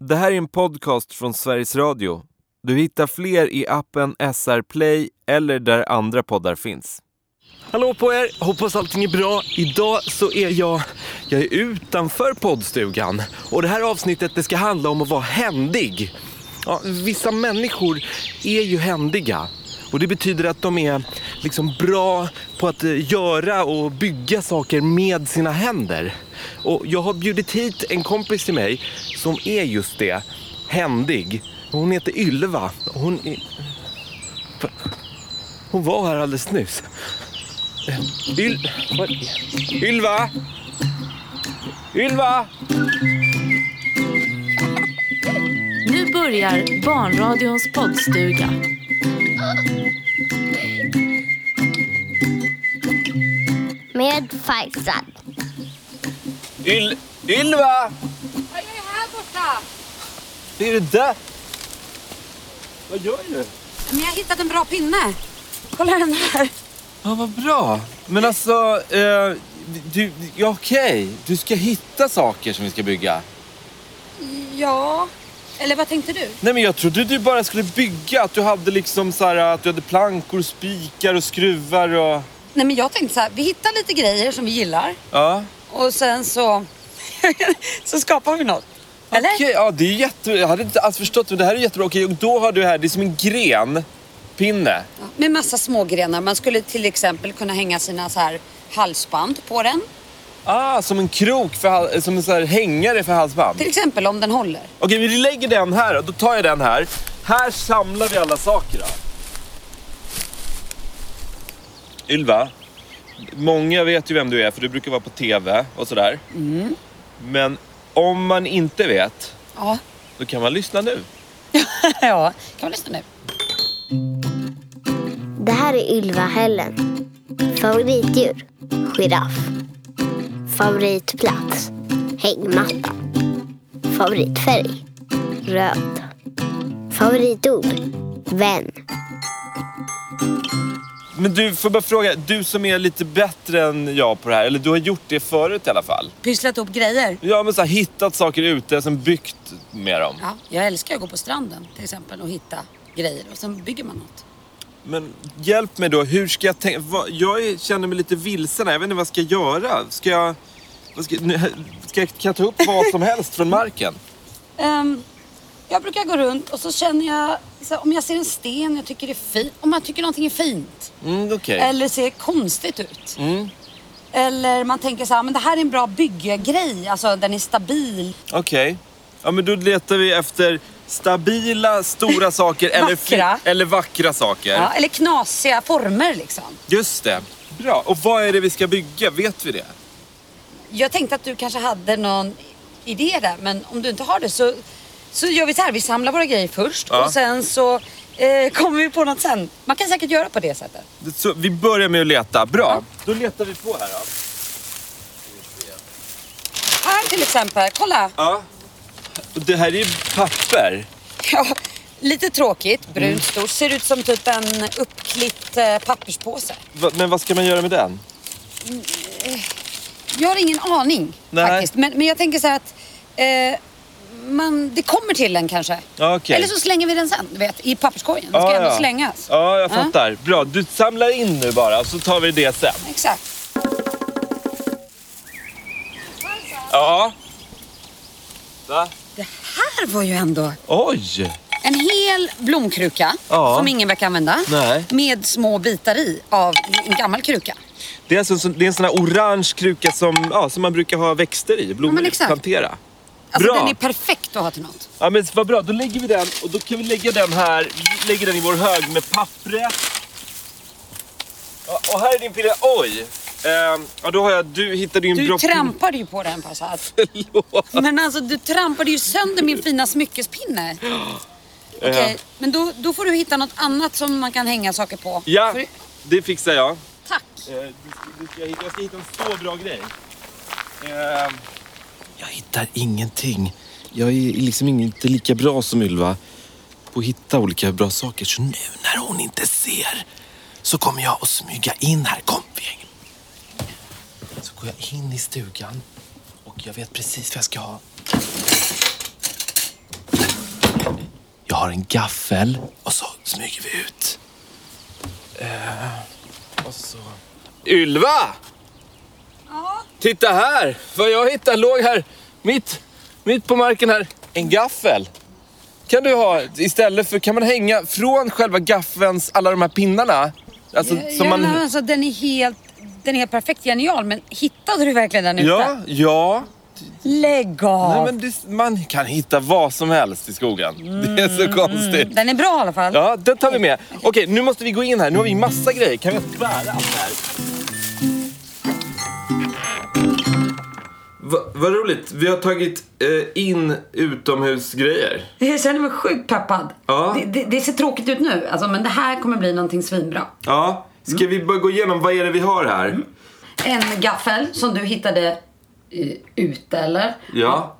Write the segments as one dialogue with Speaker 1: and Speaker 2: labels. Speaker 1: Det här är en podcast från Sveriges Radio. Du hittar fler i appen SR Play eller där andra poddar finns.
Speaker 2: Hallå på er! Hoppas allting är bra. Idag så är jag, jag är utanför poddstugan. Och det här avsnittet det ska handla om att vara händig. Ja, vissa människor är ju händiga. Och det betyder att de är liksom bra på att eh, göra och bygga saker med sina händer. Och jag har bjudit hit en kompis till mig som är just det, händig. Hon heter Ylva. Hon, är... Hon var här alldeles nyss. Yl... vad är- Ylva? Ylva?
Speaker 3: Nu börjar Barnradions poddstuga.
Speaker 4: Med Faisal.
Speaker 2: Yl... Ylva?
Speaker 5: Jag är här borta.
Speaker 2: Är du där? Vad gör du?
Speaker 5: Men jag har hittat en bra pinne. Kolla den här.
Speaker 2: Ja, vad bra. Men alltså, eh, du, ja, okej. Du ska hitta saker som vi ska bygga.
Speaker 5: Ja. Eller vad tänkte du?
Speaker 2: Nej, men jag trodde du bara skulle bygga. Att du hade liksom så här, att du hade plankor, spikar och skruvar och...
Speaker 5: Nej men jag tänkte så här, vi hittar lite grejer som vi gillar
Speaker 2: Ja.
Speaker 5: och sen så, så skapar vi något. Eller?
Speaker 2: Okej, ja det är jättebra. Jag hade inte alls förstått men det här är jättebra. Okej, och då har du här, det är som en grenpinne.
Speaker 5: Ja, Med massa smågrenar. Man skulle till exempel kunna hänga sina så här halsband på den.
Speaker 2: Ah, som en krok, för, hal- eh, som en så här hängare för halsband.
Speaker 5: Till exempel om den håller.
Speaker 2: Okej, vi lägger den här då. Då tar jag den här. Här samlar vi alla saker då. Ylva, många vet ju vem du är för du brukar vara på TV och sådär. Men om man inte vet,
Speaker 5: Ja.
Speaker 2: då kan man lyssna nu.
Speaker 5: ja. Kan man lyssna nu?
Speaker 4: Det här är Ylva Hällen. Favoritdjur? Giraff. Favoritplats? Hängmatta. Favoritfärg? Röd. Favoritord? Vän.
Speaker 2: Men du, får jag bara fråga, du som är lite bättre än jag på det här, eller du har gjort det förut i alla fall.
Speaker 5: Pysslat ihop grejer.
Speaker 2: Ja, men så här, hittat saker ute, sen byggt med dem.
Speaker 5: Ja. Jag älskar att gå på stranden till exempel och hitta grejer och sen bygger man något.
Speaker 2: Men hjälp mig då, hur ska jag tänka? Vad- Jag är- känner mig lite vilsen här. jag vet inte vad jag ska göra. Ska jag... Vad ska, nu, ska jag, kan jag ta upp vad som helst från marken?
Speaker 5: Ehm, jag brukar gå runt och så känner jag, så här, om jag ser en sten jag tycker det är fint, om jag tycker någonting är fint.
Speaker 2: Mm, okej.
Speaker 5: Eller ser konstigt ut. Eller man tänker så här, men det här är en bra byggegrej, alltså den är stabil.
Speaker 2: Okej. Ja, men då letar vi efter stabila, stora saker. eller, fi-
Speaker 5: Vackra.
Speaker 2: eller vackra saker.
Speaker 5: Ja, eller knasiga former liksom.
Speaker 2: Just det. Bra. Och vad är det vi ska bygga? Vet vi det?
Speaker 5: Jag tänkte att du kanske hade någon idé där, men om du inte har det så, så gör vi så här, vi samlar våra grejer först
Speaker 2: Ja.
Speaker 5: och sen så eh, kommer vi på något sen. Man kan säkert göra på det sättet.
Speaker 2: Det- Så, vi börjar med att leta. Bra. Då letar vi på här då.
Speaker 5: Här till exempel, kolla!
Speaker 2: Ja. Och Det här är ju papper.
Speaker 5: Ja, lite tråkigt. Brunt, stort. Ser ut som typ en uppklippt eh, papperspåse.
Speaker 2: Va- Men vad ska man göra med den?
Speaker 5: Jag har ingen aning
Speaker 2: Nej.
Speaker 5: faktiskt. Men, men jag tänker så här att eh, man, det kommer till en kanske.
Speaker 2: Ja, okej.
Speaker 5: Eller så slänger vi den sen, du vet, i papperskorgen. Den ska
Speaker 2: Ja,
Speaker 5: ändå
Speaker 2: ja.
Speaker 5: slängas.
Speaker 2: Ja, jag fattar. Bra, du samlar in nu bara och så tar vi det sen.
Speaker 5: Exakt.
Speaker 2: Ja. Va?
Speaker 5: Här var ju ändå
Speaker 2: Oj!
Speaker 5: en hel blomkruka
Speaker 2: Ja.
Speaker 5: som ingen verkar använda.
Speaker 2: Nej.
Speaker 5: Med små bitar i av en gammal kruka.
Speaker 2: Det är, alltså en, sån- det är en sån här orange kruka som, ja, som man brukar ha växter i,
Speaker 5: Ja,
Speaker 2: blommor
Speaker 5: men
Speaker 2: i,
Speaker 5: exakt.
Speaker 2: plantera.
Speaker 5: Alltså
Speaker 2: Bra.
Speaker 5: den är perfekt att ha till något.
Speaker 2: Ja, men vad bra, då lägger vi den och då kan vi lägga den här, vi lägger den i vår hög med pappret. Ja, och här är din pille. Oj! Ehm, ja, då har jag, du hittade ju en
Speaker 5: Du
Speaker 2: bra...
Speaker 5: trampade ju på den Passat.
Speaker 2: Förlåt.
Speaker 5: Men alltså du trampade ju sönder min fina smyckespinne. Okej, men då, då får du hitta något annat som man kan hänga saker på.
Speaker 2: Ja,
Speaker 5: För,
Speaker 2: det fixar jag.
Speaker 5: tack!
Speaker 2: Eh, det ska- det ska jag, hitta. jag ska hitta en så bra grej. Eh, jag hittar ingenting. Jag är liksom inte lika bra som Ylva på att hitta olika bra saker. Så nu när hon inte ser så kommer jag att smyga in här. Kom, vi hänger. Så går jag in i stugan och jag vet precis vad jag ska ha. har en gaffel och så smyger vi ut. Eh, och så... Ylva! Titta här! Vad jag hittade låg här mitt, mitt på marken här. En gaffel. Kan du ha istället för, kan man hänga från själva gaffelns alla de här pinnarna? Alltså,
Speaker 5: ja,
Speaker 2: som man...
Speaker 5: men alltså, den, är helt, den är helt perfekt genial, men hittade du verkligen den ute?
Speaker 2: Ja, ja.
Speaker 5: Lägg av!
Speaker 2: Nej, men det, man kan hitta vad som helst i skogen. Det är så konstigt.
Speaker 5: Den är bra i alla fall.
Speaker 2: Ja, det tar vi med. Okej, nu måste vi gå in här. Nu har vi massa grejer. Kan vi bära allt det här? vad roligt. Vi har tagit eh, in utomhusgrejer.
Speaker 5: Jag känner mig sjukt peppad.
Speaker 2: Ja.
Speaker 5: Det, det, det ser tråkigt ut nu, alltså, men det här kommer bli någonting svinbra.
Speaker 2: Ja. Mm. Ska vi bara gå igenom vad är det vi har här?
Speaker 5: En gaffel som du hittade eh, ute, eller?
Speaker 2: Ja.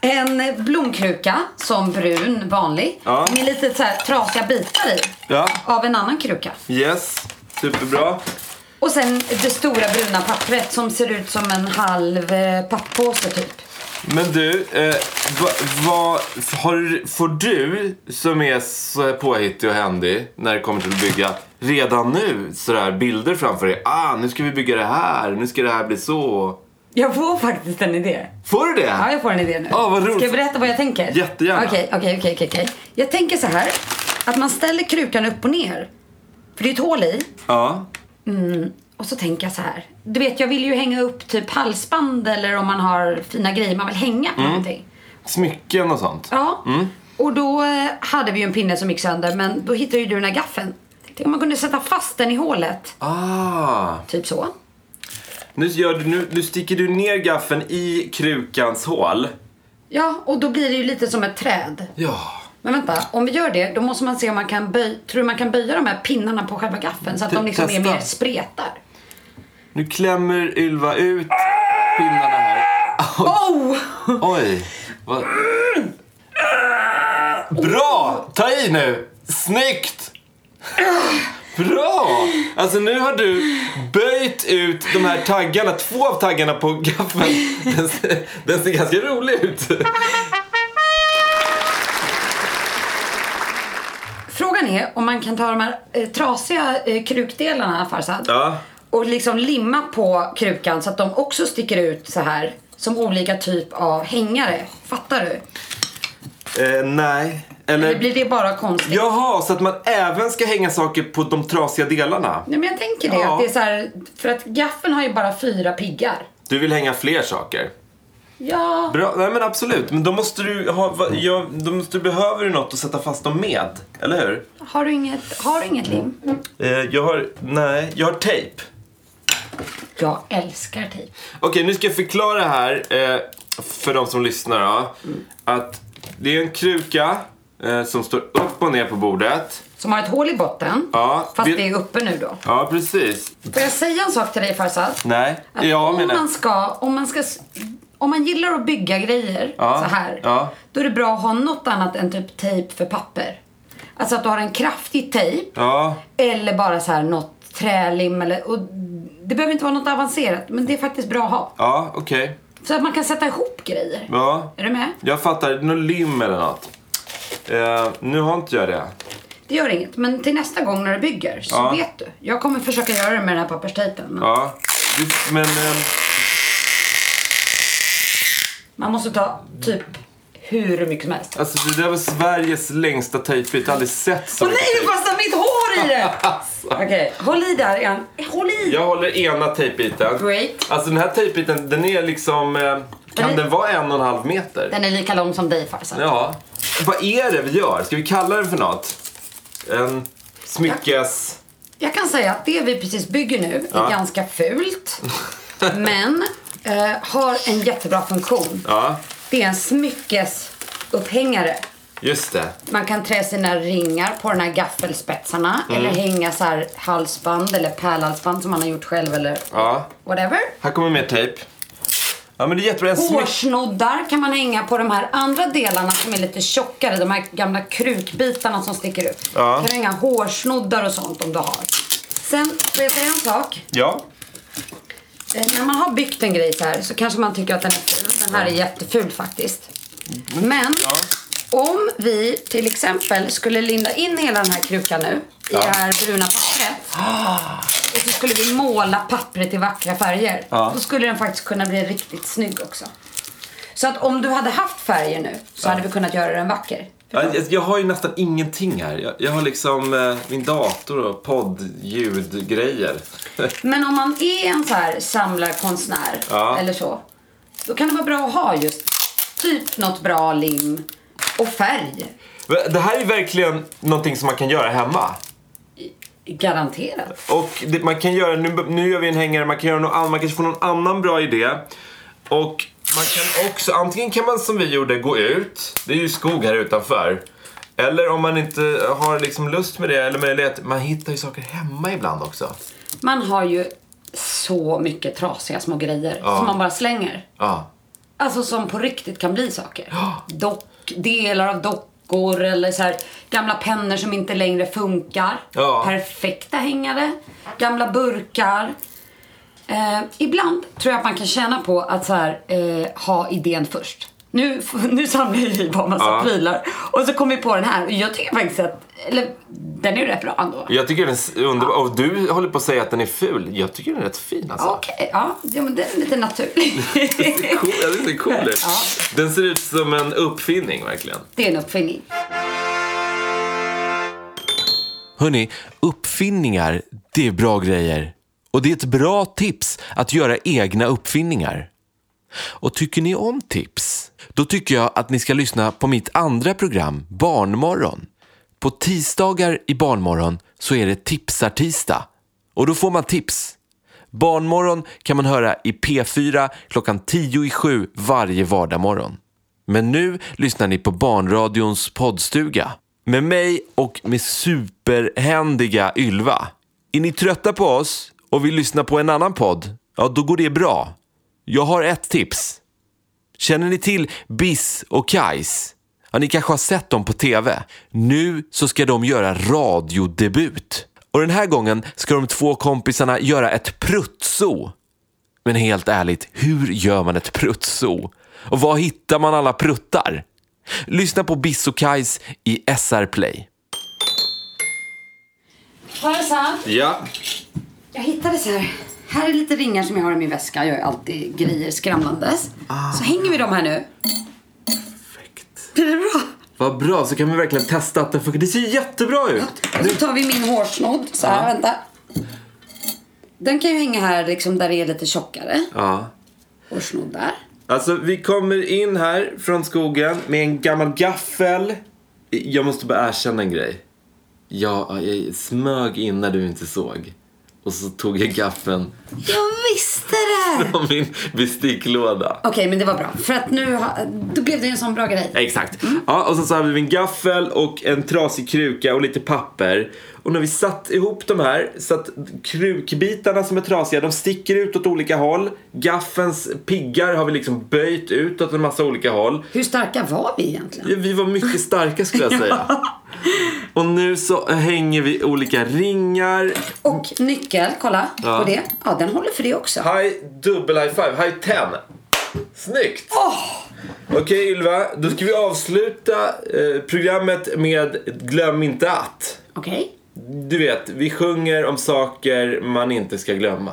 Speaker 5: En blomkruka som brun, vanlig.
Speaker 2: Ja.
Speaker 5: Med lite så här trasiga bitar i.
Speaker 2: Ja.
Speaker 5: Av en annan kruka.
Speaker 2: Yes. Superbra.
Speaker 5: Och sen det stora bruna pappret som ser ut som en halv eh, papppåse typ.
Speaker 2: Men du, eh, va, va, har, får du som är så här påhittig och händig när det kommer till att bygga redan nu sådär bilder framför dig? Ah, nu ska vi bygga det här, nu ska det här bli så.
Speaker 5: Jag får faktiskt en idé.
Speaker 2: Får du det?
Speaker 5: Ja, jag får en idé nu.
Speaker 2: Ja, vad roligt.
Speaker 5: Ska jag berätta vad jag tänker?
Speaker 2: Jättegärna.
Speaker 5: Okej, okej, okej, okej, okej. Jag tänker så här. Att man ställer krukan upp och ner. För det är ett hål i.
Speaker 2: Ja.
Speaker 5: Och så tänker jag så här. Du vet, jag vill ju hänga upp typ halsband eller om man har fina grejer man vill hänga
Speaker 2: Mm.
Speaker 5: på någonting.
Speaker 2: Smycken och sånt.
Speaker 5: Ja.
Speaker 2: Mm.
Speaker 5: Och då eh, hade vi ju en pinne som gick sönder, men då hittade ju du den här gaffeln. Tänk om man kunde sätta fast den i hålet.
Speaker 2: Ah.
Speaker 5: Typ så.
Speaker 2: Nu, gör du, nu, nu sticker du ner gaffeln i krukans hål.
Speaker 5: Ja, och då blir det ju lite som ett träd.
Speaker 2: Ja.
Speaker 5: Men vänta, om vi gör det, då måste man se om man kan böja, tror du man kan böja de här pinnarna på själva gaffeln så att
Speaker 2: Te-
Speaker 5: de liksom är
Speaker 2: testa.
Speaker 5: mer spretar?
Speaker 2: Nu klämmer Ylva ut pinnarna här.
Speaker 5: Oh!
Speaker 2: Oj. Vad... Bra! Ta i nu! Snyggt! Bra! Alltså nu har du böjt ut de här taggarna, två av taggarna på gaffeln. Den ser, den ser ganska rolig ut.
Speaker 5: Frågan är om man kan ta de här eh, trasiga eh, krukdelarna, Farzad,
Speaker 2: Ja.
Speaker 5: och liksom limma på krukan så att de också sticker ut så här som olika typ av hängare. Fattar du?
Speaker 2: Eh, nej.
Speaker 5: Eller
Speaker 2: Eller...
Speaker 5: blir det bara konstigt?
Speaker 2: Jaha, så att man även ska hänga saker på de trasiga delarna?
Speaker 5: Nej men jag tänker det.
Speaker 2: Ja.
Speaker 5: Att det är så här, för att gaffeln har ju bara fyra piggar.
Speaker 2: Du vill hänga fler saker?
Speaker 5: Ja.
Speaker 2: Bra, nej men absolut. Men då måste du ha, va, ja, då måste du behöver du något att sätta fast dem med, eller hur?
Speaker 5: Har du inget, har du inget lim?
Speaker 2: Eh, jag har, nej, jag har tejp.
Speaker 5: Jag älskar tejp.
Speaker 2: Okej, nu ska jag förklara här eh, för de som lyssnar då. Att det är en kruka eh, som står upp och ner på bordet.
Speaker 5: Som har ett hål i botten.
Speaker 2: Ja,
Speaker 5: Fast
Speaker 2: vi-
Speaker 5: vi är uppe nu då.
Speaker 2: Ja, precis.
Speaker 5: Får jag säga en sak till dig Farzad?
Speaker 2: Nej,
Speaker 5: Att
Speaker 2: jag
Speaker 5: om man
Speaker 2: menar...
Speaker 5: ska, om man ska, s- om man gillar att bygga grejer
Speaker 2: Ja,
Speaker 5: så här.
Speaker 2: ja.
Speaker 5: Då är det bra att ha något annat än typ tejp för papper. Alltså att du har en kraftig tejp.
Speaker 2: Ja,
Speaker 5: Eller bara så här något trälim eller, och det behöver inte vara något avancerat. Men det är faktiskt bra att ha.
Speaker 2: ja okej.
Speaker 5: Så att man kan sätta ihop grejer.
Speaker 2: Ja,
Speaker 5: Är du med?
Speaker 2: jag fattar. Någon lim eller något. Eh, nu har inte jag det.
Speaker 5: Det gör inget. Men till nästa gång när du bygger så
Speaker 2: Ja.
Speaker 5: vet du. Jag kommer försöka göra det med den här papperstejpen. Men
Speaker 2: Ja, du, men... ehm,
Speaker 5: Man måste ta typ hur mycket som helst.
Speaker 2: Alltså det där var Sveriges längsta tejpbit, jag har aldrig sett så
Speaker 5: Åh nej,
Speaker 2: mycket
Speaker 5: det
Speaker 2: tejp.
Speaker 5: fastnade mitt hår i det!
Speaker 2: Alltså.
Speaker 5: Okej, håll i där igen. Håll i!
Speaker 2: Jag håller ena tejpbiten.
Speaker 5: Great.
Speaker 2: Alltså den här tejpbiten, den är liksom... eh, Kan
Speaker 5: Den är-
Speaker 2: den vara en och en halv meter?
Speaker 5: Den är lika lång som dig farsan.
Speaker 2: Ja. Vad är det vi gör? Ska vi kalla den för något? En smyckes...
Speaker 5: Jag kan säga att det vi precis bygger nu
Speaker 2: Ja.
Speaker 5: är ganska fult. men eh, har en jättebra funktion.
Speaker 2: Ja,
Speaker 5: Det är en smyckesupphängare.
Speaker 2: just det.
Speaker 5: Man kan trä sina ringar på de här gaffelspetsarna
Speaker 2: Mm.
Speaker 5: eller hänga så här halsband eller pärlhalsband som man har gjort själv eller
Speaker 2: Ja.
Speaker 5: whatever.
Speaker 2: Här kommer mer tejp. Ja men det är jättebra. En smyck...
Speaker 5: Hårsnoddar kan man hänga på de här andra delarna som är lite tjockare, de här gamla krukbitarna som sticker ut.
Speaker 2: Ja.
Speaker 5: Du kan hänga hårsnoddar och sånt om du har. Sen får jag säga en sak.
Speaker 2: Ja.
Speaker 5: Eh, När man har byggt en grej så här så kanske man tycker att den är ful. Den här är jätteful faktiskt. Men om vi vi till exempel skulle linda in hela den här krukan nu i det här bruna pappret. Och så skulle vi måla pappret i vackra färger.
Speaker 2: Ja.
Speaker 5: Då skulle den faktiskt kunna bli riktigt snygg också. Så att om du hade haft färger nu så hade vi kunnat göra den vacker.
Speaker 2: Ja, Jag, jag har ju nästan ingenting här. Jag, jag har liksom eh, min dator och podd, ljudgrejer.
Speaker 5: Men om man är en så här samlarkonstnär
Speaker 2: Ja.
Speaker 5: eller så. Då kan det vara bra att ha just typ något bra lim och färg.
Speaker 2: Det här är verkligen någonting som man kan göra hemma.
Speaker 5: Garanterat.
Speaker 2: Och det, man kan göra, nu, nu gör vi en hängare, man kan göra något annat, man kanske får någon annan bra idé. Och man kan också, antingen kan man som vi gjorde gå ut, det är ju skog här utanför. Eller om man inte har liksom lust med det eller möjlighet, man hittar ju saker hemma ibland också.
Speaker 5: Man har ju så mycket trasiga små grejer
Speaker 2: Ja.
Speaker 5: som man bara slänger.
Speaker 2: Ja.
Speaker 5: Alltså som på riktigt kan bli saker. Dock, delar av dockor eller så här, gamla pennor som inte längre funkar.
Speaker 2: Ja.
Speaker 5: Perfekta hängare. Gamla burkar. Eh, ibland tror jag att man kan tjäna på att så här, eh, ha idén först. Nu, nu samlar vi bara massa
Speaker 2: Ja.
Speaker 5: prylar och så kom vi på den här och jag tycker faktiskt att, eller den är ju rätt bra ändå.
Speaker 2: Jag tycker den är underbar, och du håller på att säga att den är ful. Jag tycker den är rätt fin alltså.
Speaker 5: Okej, ja, ja, men den är lite naturlig.
Speaker 2: Cool, ja, den ser cool ut.
Speaker 5: Ja.
Speaker 2: Den ser ut som en uppfinning verkligen.
Speaker 5: det är en uppfinning.
Speaker 6: Hörni, uppfinningar, det är bra grejer. Och det är ett bra tips att göra egna uppfinningar. Och tycker ni om tips? Då tycker jag att ni ska lyssna på mitt andra program, Barnmorgon. På tisdagar i Barnmorgon så är det Tipsartisdag. Och då får man tips. Barnmorgon kan man höra i P4 klockan 10 i 7 varje vardagsmorgon. Men nu lyssnar ni på Barnradions poddstuga. Med mig och med superhändiga Ylva. Är ni trötta på oss och vill lyssna på en annan podd? Ja, då går det bra. Jag har ett tips. Känner ni till Biss och Kajs? Ja, ni kanske har sett dem på TV. Nu så ska de göra radiodebut. Och den här gången ska de två kompisarna göra ett prutso. Men helt ärligt, hur gör man ett prutso? Och var hittar man alla pruttar? Lyssna på Biss och Kajs i SR Play.
Speaker 5: Farsan,
Speaker 2: Ja.
Speaker 5: jag hittade så här. Här är lite ringar som jag har i min väska. Jag gör alltid grejer skramlandes. Så hänger vi dem här nu.
Speaker 2: Vad bra, så kan man verkligen testa att den funkar. Det ser jättebra ut.
Speaker 5: Och så tar vi min hårsnodd. Så här, vänta. Den kan ju hänga här liksom där det är lite tjockare.
Speaker 2: Ja.
Speaker 5: Hårsnodd där.
Speaker 2: Alltså, vi kommer in här från skogen med en gammal gaffel. Jag måste bara erkänna en grej. Jag, jag smög in när du inte såg. Och så tog jag gaffeln
Speaker 5: Jag visste det!
Speaker 2: från min besticklåda.
Speaker 5: Okej, men det var bra. För att nu ha, då blev det ju en sån bra grej.
Speaker 2: Exakt. Ja, och så, så hade vi en gaffel och en trasig kruka och lite papper. Och när vi satt ihop de här så att krukbitarna som är trasiga de sticker ut åt olika håll. Gaffens piggar har vi liksom böjt ut åt en massa olika håll.
Speaker 5: Hur starka var vi egentligen?
Speaker 2: Ja, Vi var mycket starka skulle jag säga. Och nu så hänger vi olika ringar.
Speaker 5: Och nyckel, kolla
Speaker 2: Ja.
Speaker 5: på det. Ja, den håller för det också.
Speaker 2: High, dubbel high five, high ten. Snyggt! Okej Ylva, då ska vi avsluta eh, programmet med Glöm inte att.
Speaker 5: Okej,
Speaker 2: Du vet, vi sjunger om saker man inte ska glömma.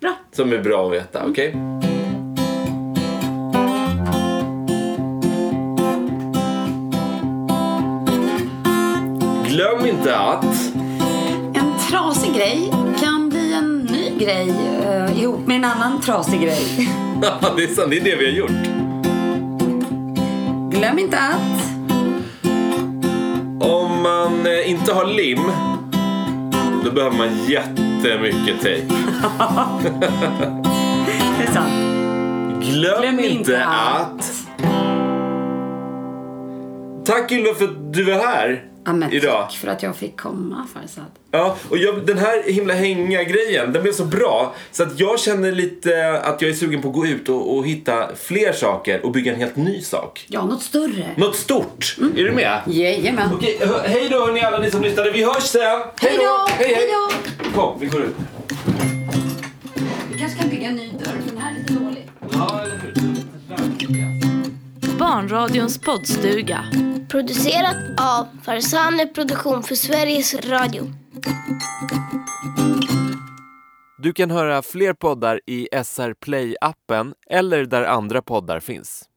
Speaker 5: bra.
Speaker 2: Som är bra att veta, okej? Glöm inte att...
Speaker 5: En trasig grej kan bli en ny grej eh, ihop med en annan trasig grej.
Speaker 2: Ja, det är sant. Det är det vi har gjort.
Speaker 5: Glöm inte att
Speaker 2: Om man eh, inte har lim, då behöver man jättemycket tejp.
Speaker 5: det är sant.
Speaker 2: Glöm,
Speaker 5: Glöm
Speaker 2: inte,
Speaker 5: inte
Speaker 2: att... Tack Ylva för att du var här
Speaker 5: Ja, men
Speaker 2: idag.
Speaker 5: Tack för att jag fick komma Farzad.
Speaker 2: Ja, och jag, den här himla hänga-grejen, den blev så bra så att jag känner lite att jag är sugen på att gå ut och, och hitta fler saker och bygga en helt ny sak.
Speaker 5: Ja, något större.
Speaker 2: Något stort! Är du med?
Speaker 5: Mm. Jajamän.
Speaker 2: Okej, hö- hej då hörni alla ni som lyssnade. Vi hörs sen!
Speaker 5: Hej då!
Speaker 2: Hej, hej!
Speaker 5: Hej då!
Speaker 2: Kom, vi går ut.
Speaker 5: Vi kanske kan bygga en ny dörr, för den här är lite dålig.
Speaker 2: Ja, eller hur?
Speaker 3: Barnradions poddstuga.
Speaker 7: Producerat av Farzaneh Produktion för Sveriges Radio.
Speaker 2: Du kan höra fler poddar i SR Play-appen eller där andra poddar finns.